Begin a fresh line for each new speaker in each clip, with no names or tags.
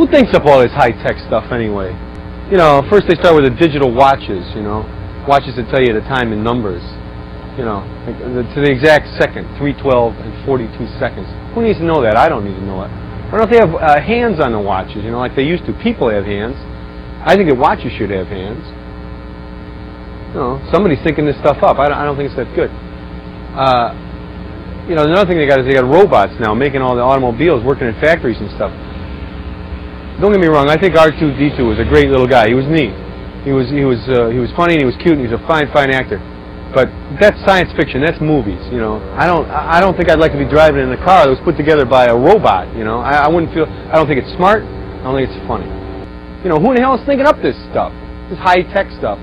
Who thinks up all this high-tech stuff anyway? You know, first they start with the digital watches, you know, watches that tell you the time in numbers, you know, like, uh, to the exact second, 312 and 42 seconds. Who needs to know that? I don't need to know it. Why don't they have uh, hands on the watches, you know, like they used to? People have hands. I think that watches should have hands. You know, somebody's thinking this stuff up. I don't, I don't think it's that good. Uh, you know, another thing they got is they got robots now making all the automobiles, working in factories and stuff. Don't get me wrong. I think R2D2 was a great little guy. He was neat. He was he was uh, he was funny and he was cute and he was a fine fine actor. But that's science fiction. That's movies. You know, I don't I I don't think I'd like to be driving in a car that was put together by a robot. You know, I, I wouldn't feel. I don't think it's smart. I don't think it's funny. You know, who in the hell is thinking up this stuff? This high tech stuff.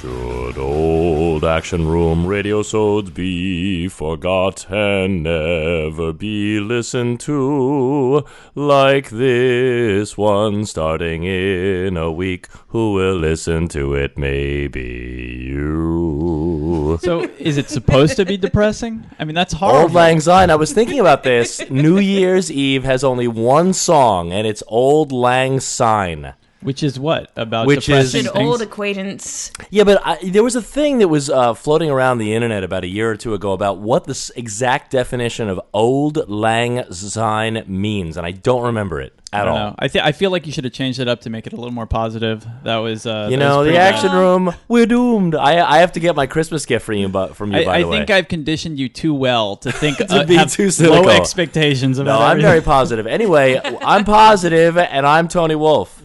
Should old Action Room radio sods be forgot and never be listened to, like this one starting in a week, who will listen to it? Maybe you.
So is it supposed to be depressing? I mean, that's
Old
horrible.
Lang Syne. I was thinking about this. New Year's Eve has only one song, and it's Old Lang Syne.
Which is what about
Which
depressing
is-
An
Should
things?
old acquaintance.
Yeah, but I, there was a thing that was uh, floating around the internet about a year or two ago about what the s- exact definition of Old Lang Syne means, and I don't remember it at
I don't
all.
know. I th- I feel like you should have changed it up to make it a little more positive. That was uh,
You
that was
know, the
pretty bad.
action room, we're doomed. I, I have to get my Christmas gift from you, but from you by
I, I
the way.
think I've conditioned you too well to think to
be
have
too
low
cynical.
expectations
no,
about
I'm
everything.
very positive. Anyway, I'm positive, and I'm Tony Wolf.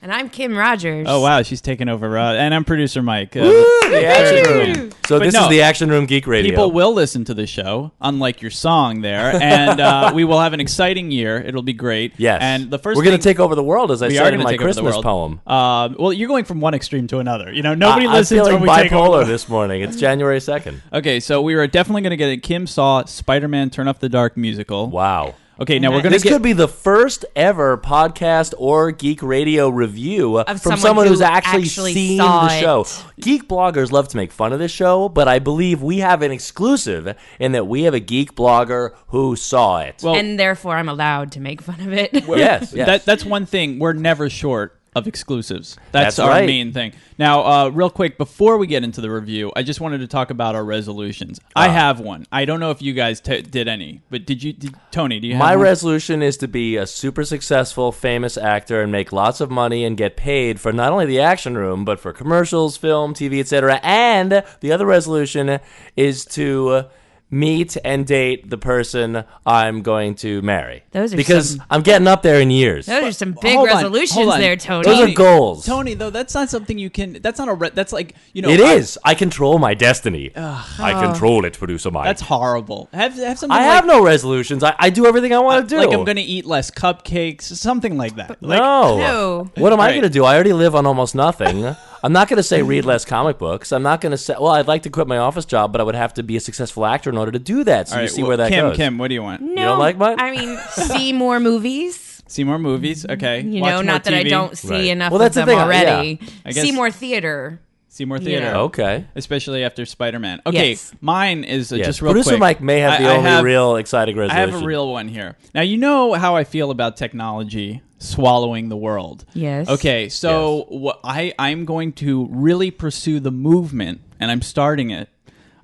And I'm Kim Rogers.
Oh wow, she's taking over, Rod, and I'm producer Mike. Uh,
The action room. So
But
this
no,
is the action room geek radio.
People will listen to the show, unlike your song there, and uh, we will have an exciting year. It'll be great.
Yes.
And the first
we're going
thing-
to take over the world, as I
we
said
are
in
going to
my
take over the
Christmas
world.
poem.
Um, well, you're going from one extreme to another. You know, nobody
I,
listens
I'm
when
feeling
we take over.
bipolar this morning. It's January second.
Okay, so we are definitely going to get it. Kim saw Spider-Man: Turn Off the Dark musical.
Wow.
Okay, now we're going to
This
get.
could be the first ever podcast or geek radio review from
someone
someone
who
who's actually,
actually
seen
saw
the show.
it.
Geek bloggers love to make fun of this show, but I believe we have an exclusive in that we have a geek blogger who saw it.
Well,
And therefore, I'm allowed to make fun of it.
yes, yes.
That, that's one thing. We're never short of exclusives. That's,
That's
our
right.
main thing. Now, uh, real quick, before we get into the review, I just wanted to talk about our resolutions.
Ah.
I have one. I don't know if you guys t- did any, but did you, did, Tony? Do you?
My
have one?
resolution is to be a super successful, famous actor and make lots of money and get paid for not only the action room, but for commercials, film, TV, etc. And the other resolution is to meet and date the person I'm going to marry.
Those are
because
some-
I'm getting up there in years.
Those are some big
Hold on,
resolutions
hold on.
there, Tony.
Those are goals.
Tony, though, that's not something you can. That's not a. Re- that's like you know.
It
I-
is. I control my destiny.
I control it, producer Mike.
That's horrible. Have have something.
I
like,
have no resolutions. I, I do everything I want to do.
Uh, Like I'm going to eat less cupcakes, something like that. Like,
no.
No.
What am I
Right.
going to do? I already live on almost nothing. I'm not going to say read less comic books. I'm not going to say, well, I'd like to quit my office job, but I would have to be a successful actor in order to do that. So
All
you
right,
see
well,
where that
Kim,
goes.
Kim, what do you want?
No,
You don't like mine?
I mean, see more movies.
See more movies, okay?
You
Watch
know,
more
not that I
TV,
don't see
Right.
enough
Well, that's the
of them
thing, I-
already.
I guess-
see more theater.
see more theater.
Yeah.
Okay.
especially after Spider-Man. Okay,
Yes.
mine is uh,
Yes.
just real
Producer
quick.
Mike may have the
I- I
only real exciting
I
resolution.
have a real one here. Now you know how I feel about technology swallowing the world.
Yes.
Okay, so what I I'm going to really pursue the movement, and I'm starting it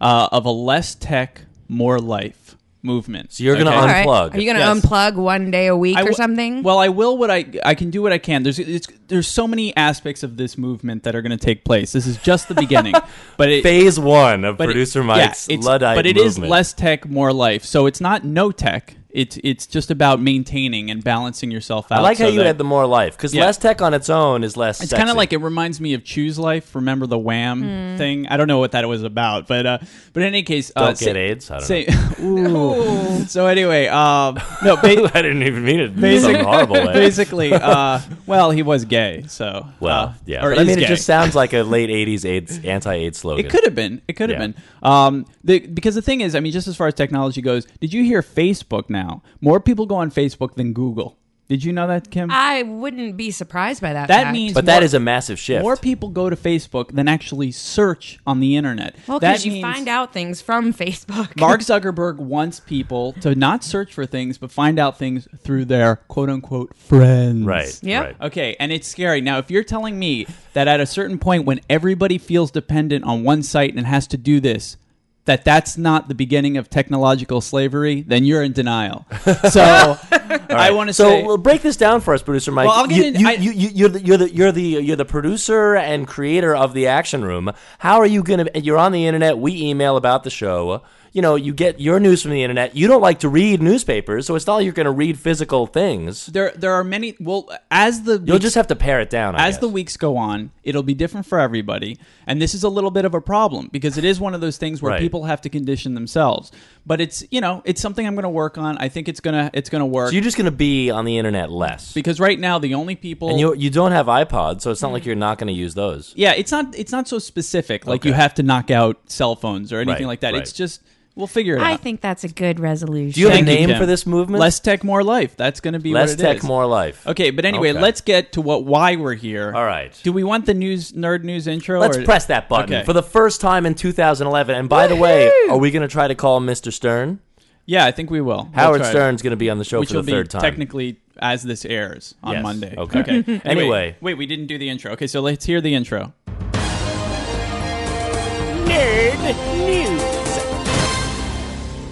uh, of a less tech, more life movement. So
you're gonna
All right.
Unplug.
Are you going to
Yes.
unplug one day a week
I
or
w-
something?
Well, I will. What I I can do what I can. There's it's, there's so many aspects of this movement that are going to take place. This is just the beginning, but it,
Phase one of
but it-
producer
yeah,
Mike's
it's-
Luddite
But it is
movement.
less tech, more life. So it's not no tech. It's it's just about maintaining and balancing yourself out.
I like
so
how you
that-
had the more life because
Yeah.
less tech on its own is less.
It's kind of like it reminds me of Choose Life. Remember the Wham
Hmm.
thing? I don't know what that was about, but uh, but in any case, uh,
Don't
sa-
get AIDS. I don't
sa- Ooh. So anyway, um, no, ba-
know. I didn't even mean it. in
Basic-
some horrible way.
basically, uh, well, he was gay, so
well,
uh,
yeah.
or
But I
is
mean, it
gay.
just sounds like a late '80s AIDS, anti-AIDS slogan.
It could have been. It could have
Yeah.
been. Um, the, because the thing is, I mean, just as far as technology goes, did you hear Facebook now. More people go on Facebook than Google. Did you know that, Kim?
I wouldn't be surprised by that.
that
fact.
means
But
more,
that is a massive shift.
more people go to Facebook than actually search on the internet.
well,
That
because you
means
find out things from Facebook.
Mark Zuckerberg wants people to not search for things, but find out things through their quote unquote friends.
right.
Yep.
Right.
Okay, and it's scary. Now, if you're telling me that at a certain point when everybody feels dependent on one site and has to do this, that that's not the beginning of technological slavery, then you're in denial. So I want to
So
say
we'll break this down for us, producer Mike.
Well, I'll get
you,
in-
you,
I-
you, you, you're the you're the you're the you're the producer and creator of the Action Room. How are you gonna? You're on the internet. We email about the show. You know, you get your news from the internet. You don't like to read newspapers, so it's not like you're going to read physical things.
there there are many. Well, as the
You'll
weeks-
just have to pare it down. I
as the
guess.
weeks go on, it'll be different for everybody, and this is a little bit of a problem because it is one of those things where
Right.
people have to condition themselves. But it's you know it's something I'm going to work on. I think it's gonna it's gonna work
so you're just going to be on the internet less,
because right now the only people
and you you don't have iPods, so it's not like you're not going to use those.
Yeah, it's not it's not so specific. Like you have to knock out cell phones or anything
Right,
like that. It's
right.
just we'll figure it
I
out.
think that's a good resolution.
Do you have a
Thank you,
name
Kim.
for this movement?
Less tech, more life. That's going to be
less
what it
tech,
is.
more life.
Okay, but anyway,
Okay.
let's get to what why we're here.
All right.
Do we want the news nerd news intro?
Let's
or-
press that button
Okay.
for the first time in 2011. And by the way, are we going to try to call Mr. Stern?
yeah, I think we will. We'll
Howard
try it.
Stern's going to be on the show
which
for
will
the
be
third time.
technically as this airs on
Yes.
Monday.
Okay.
okay.
Anyway.
wait, wait, we didn't do the intro. Okay, so let's hear the intro.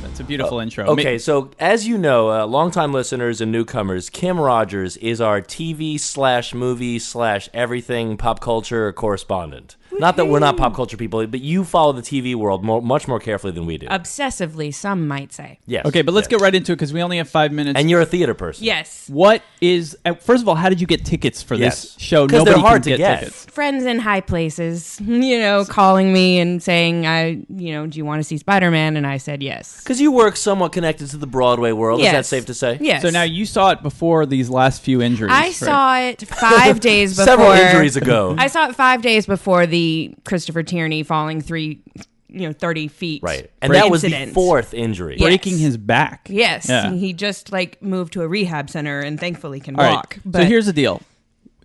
That's a beautiful intro. Ma-
Oh, Okay, so as you know, uh, longtime listeners and newcomers, Kim Rogers is our TV slash movie slash everything pop culture correspondent. Not that we're not pop culture people, but you follow the TV world more, much more carefully than we do.
Obsessively, some might say.
yes.
Okay, but let's
yes.
get right into it because we only have five minutes.
And you're a theater person.
Yes.
What is uh, first of all? How did you get tickets for
Yes.
this show?
'Cause they're
Nobody
hard
can
to
get,
get.
tickets.
friends in high places, you know, calling me and saying, I, you know, do you want to see Spider Man? And I said, yes.
Because you work somewhat connected to the Broadway world. Is that
Yes.
safe to say?
Yes.
So now you saw it before these last few injuries.
I
right?
saw it five days before.
Several injuries ago.
I saw it five days before the Christopher Tierney falling three, you know, 30 feet.
Right. And that was the
incident.
fourth injury.
Yeah.
breaking his back.
Yes.
Yeah.
He just like moved to a rehab center and thankfully can
All right.
walk. But
so here's the deal.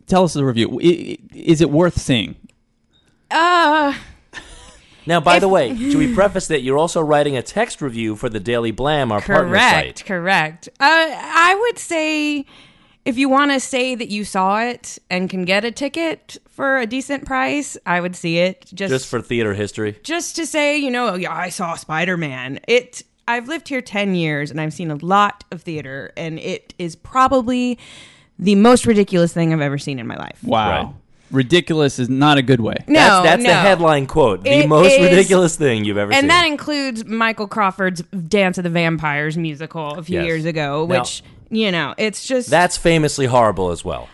Tell us the review. I- i- Is it worth seeing?
uh,
Now, by the way, should we preface that you're also writing a text review for the Daily Blam, our partner
Correct,
site?
correct. Uh, I would say if you want to say that you saw it and can get a ticket for a decent price, I would see it just
Just for theater history.
just to say, you know, yeah, I saw Spider Man. It. I've lived here ten years and I've seen a lot of theater, and it is probably the most ridiculous thing I've ever seen in my life.
Wow.
Right.
Ridiculous is not a good way.
No,
that's that's the
no.
headline quote. The
It
most
is-
ridiculous thing you've ever seen.
And that includes Michael Crawford's Dance of the Vampires musical a few
Yes.
years ago,
Now-
which, you know, it's just.
that's famously horrible as well.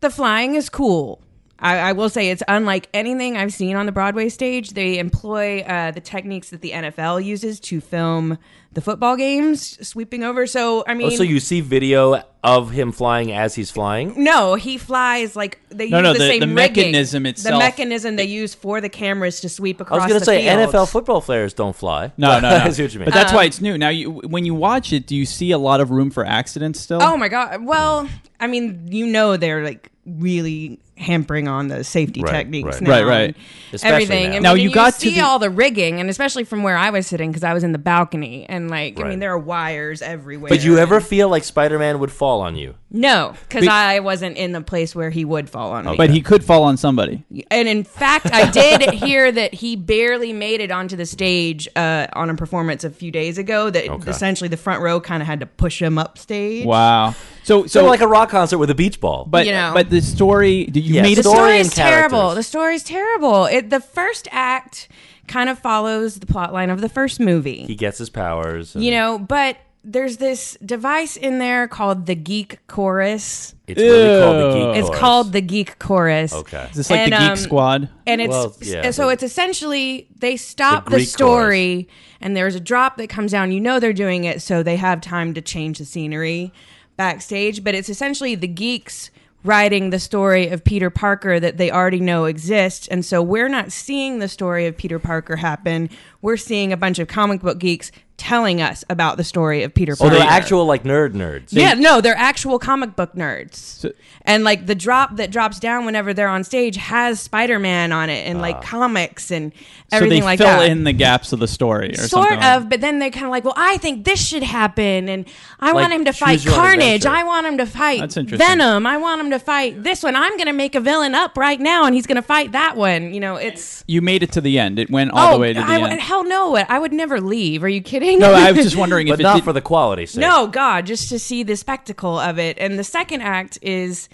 the flying is cool. I, I will say it's unlike anything I've seen on the Broadway stage. They employ uh, the techniques that the NFL uses to film the football games, sweeping over. So I mean, Mm,
Oh, so you see video of him flying as he's flying?
no, he flies like they
No,
use
no,
the,
the-
same
the
rigging.
mechanism
the
itself-
mechanism they use for the cameras to sweep
I
across.
was going to
the
say
field.
NFL football players don't fly.
No, no, no.
I see what you mean.
But that's
Um,
why it's new. Now, you, when you watch it, do you see a lot of room for accidents still?
Oh my god! Well, I mean, you know they're like really hampering on the safety
Right,
techniques
right.
now.
Right, right.
and
Especially
everything.
now.
I mean,
Now,
and
you got to
see
the-
all the rigging, and especially from where I was sitting because I was in the balcony, and like I
Right.
mean, there are wires everywhere.
Did you ever feel like Spider Man would fall on you?
No, because
Be-
I wasn't in the place where he would fall on me.
But he could fall on somebody.
and in fact, I did hear that he barely made it onto the stage uh, on a performance a few days ago. That essentially the front row kind of had to push him up stage.
Wow. So,
So,
so
like a rock concert with a beach ball.
but
you know.
but the story. Did you
Yes.
made
the
it?
story
story
and
is terrible.
characters.
The story is terrible. It, the first act kind of follows the plot line of the first movie,
he gets his powers. and
you know, but there's this device in there called the Geek Chorus.
it's really called the
Ew.
geek.
It's
Chorus.
called the Geek Chorus.
Okay.
Is this like the
And,
Geek
um,
Squad?
And it's
Well, yeah,
so
the-
it's essentially they stop the,
Greek
story and there's a drop that comes down. You know they're doing it so they have time to change the scenery backstage, but it's essentially the geeks writing the story of Peter Parker that they already know exists. And so we're not seeing the story of Peter Parker happen. we're seeing a bunch of comic book geeks telling us about the story of Peter
Oh,
Parker.
they're actual like nerd nerds.
yeah, no, they're actual comic book nerds. and like the drop that drops down whenever they're on stage has Spider Man on it and like comics and
Ah. so
everything
they
like
fill
that.
in the gaps of the story, or
sort
something
of,
like-
but then they kind of like, well, I think this should happen, and I
Like,
want him to
choose
fight
your own
Carnage.
adventure.
I want him to fight
That's interesting.
Venom. I want him to fight this one. I'm gonna make a villain up right now, and he's gonna fight that one. You know, it's Oh,
You made it to the end. It went all the way to the
I, would-
end.
hell no, I would never leave. Are you kidding?
No, I was just wondering if
but
it
not
did-
for the quality sake.
No, God, just to see the spectacle of it. And the second act is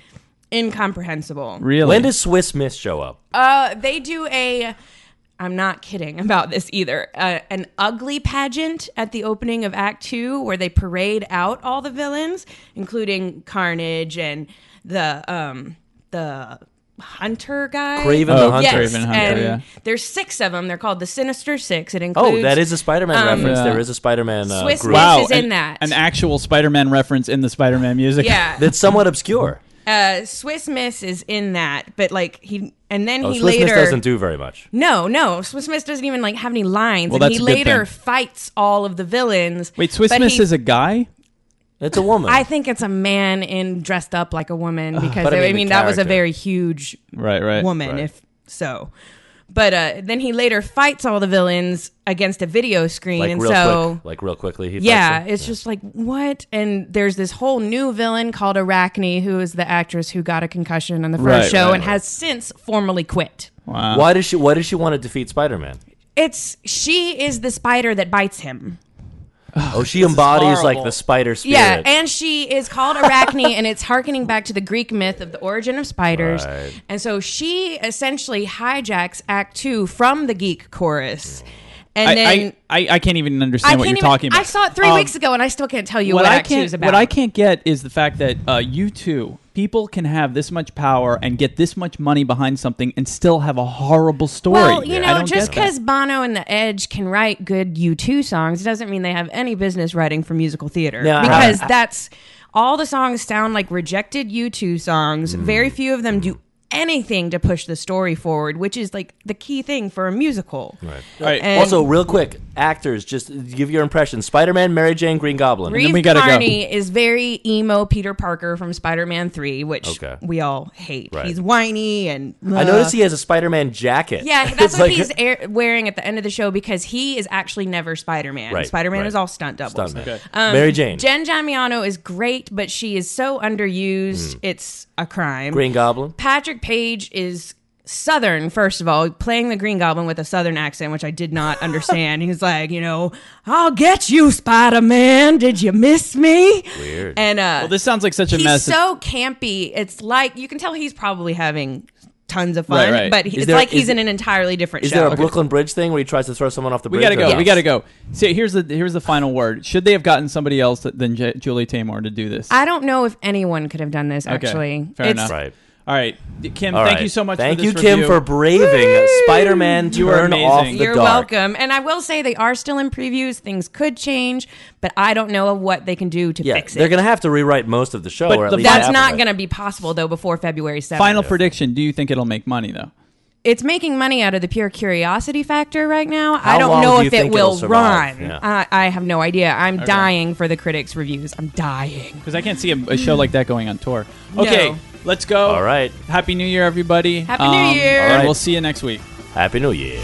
incomprehensible.
really.
When does Swiss Miss show up?
Uh, they do a. I'm not kidding about this either. Uh, an ugly pageant at the opening of Act Two, where they parade out all the villains, including Carnage and the um, the Hunter guy,
Craven
Oh,
the Hunter.
Yes,
Craven Hunter,
and
yeah.
there's six of them. They're called the Sinister Six. It includes.
Oh, that is a Spider-Man
Um,
reference.
Yeah.
There is a Spider-Man uh,
Swiss
group
Miss-
wow,
is in
an,
that.
an actual Spider-Man reference in the Spider-Man music.
yeah.
that's somewhat obscure.
Uh, Swiss Miss is in that, but like he, and then
Oh,
he
Swiss
later
Miss doesn't do very much.
No, no. Swiss Miss doesn't even like have any lines.
Well,
and
that's
he
a good
later
thing.
fights all of the villains.
Wait, Swiss
but
Miss
he-
is a guy.
It's a woman.
I think it's a man in dressed up like a woman because
But I
I
mean
mean,
the
that was a
character.
very huge
Right, right.
woman, if so. But uh, then he later fights all the villains against a video screen,
like
and
real
so
quick, like real quickly. He fights
yeah,
her.
it's just like what? And there's this whole new villain called Arachne, who is the actress who got a concussion on the first
Right,
show
right,
and has since formally quit.
Wow.
Why does she? Why does she want to defeat Spider-Man?
It's she is the spider that bites him.
Oh, she embodies like
horrible.
the spider spirit.
Yeah, and she is called Arachne, and it's harkening back to the Greek myth of the origin of spiders.
Right.
And so she essentially hijacks Act Two from the geek chorus, and
I,
then
I, I, I can't even
I
understand what you're
can't even-
talking about.
I saw it three
Um,
weeks ago, and I still can't tell you what,
what I
Act Two
can't
is about.
what I can't get is the fact that uh, you two people can have this much power and get this much money behind something and still have a horrible story.
Well, you
I
know,
don't
just
get that.
because Bono and the Edge can write good U2 songs doesn't mean they have any business writing for musical theater.
No, I-
because that's all the songs sound like rejected U2 songs.
Mm.
Very few of them do anything to push the story forward, which is like the key thing for a musical. Right.
All right,
and-
also, real quick, actors, just give your impression. Spider-Man, Mary Jane, Green Goblin.
Reeve
we gotta go.
Carney is very emo Peter Parker from Spider-Man 3, which
Okay.
we all hate.
Right.
He's whiny and
I noticed he has a Spider-Man jacket.
Yeah,
It's
that's what
like-
he's air- wearing at the end of the show because he is actually never Spider Man.
Right,
Spider Man
right.
is all stunt doubles. Um,
Stuntman. Mary Jane,
Jen Jamiano is great, but she is so underused.
Mm.
It's a crime.
Green Goblin.
Patrick Page is Southern, first of all, playing the Green Goblin with a Southern accent, which I did not understand. He's like, you know, I'll get you, Spider Man. Did you miss me? Weird. And uh,
well, this sounds like such a
he's
mess.
so campy. It's like you can tell he's probably having tons of fun,
Right, right.
but he-
Is
it's
there-
like
is-
he's in an entirely different
Is
show.
there a Brooklyn Bridge thing where he tries to throw someone off the
we
bridge?
gotta go.
or-
We gotta go. See, here's the here's the final word. Should they have gotten somebody else than J- Julie Taymor to do this?
I don't know if anyone could have done this.
Okay,
Actually,
fair
it's,
enough.
Right.
All right, Kim.
All
thank
right.
you so much.
Thank
for this
you, Kim,
review.
for braving Spider-Man.
You are
turn off the
amazing.
You're
dark.
welcome. And I will say they are still in previews. Things could change, but I don't know what they can do to
Yeah,
fix it.
they're gonna have to rewrite most of the show.
But
or at
the-
least
That's
half of
not
it.
going to be possible though before February 7th.
Final prediction. Do you think it'll make money though?
It's making money out of the pure curiosity factor right now.
How
I
long
don't know
do you
if it
think it'll
will
survive?
run.
Yeah.
I, I have no idea. I'm dying for the critics' reviews. I'm dying.
Because I can't see a, a show like that going on tour. Okay,
No.
let's go.
All right.
Happy New Year, everybody.
Happy New Year.
All right.
And we'll see you next week.
Happy New Year.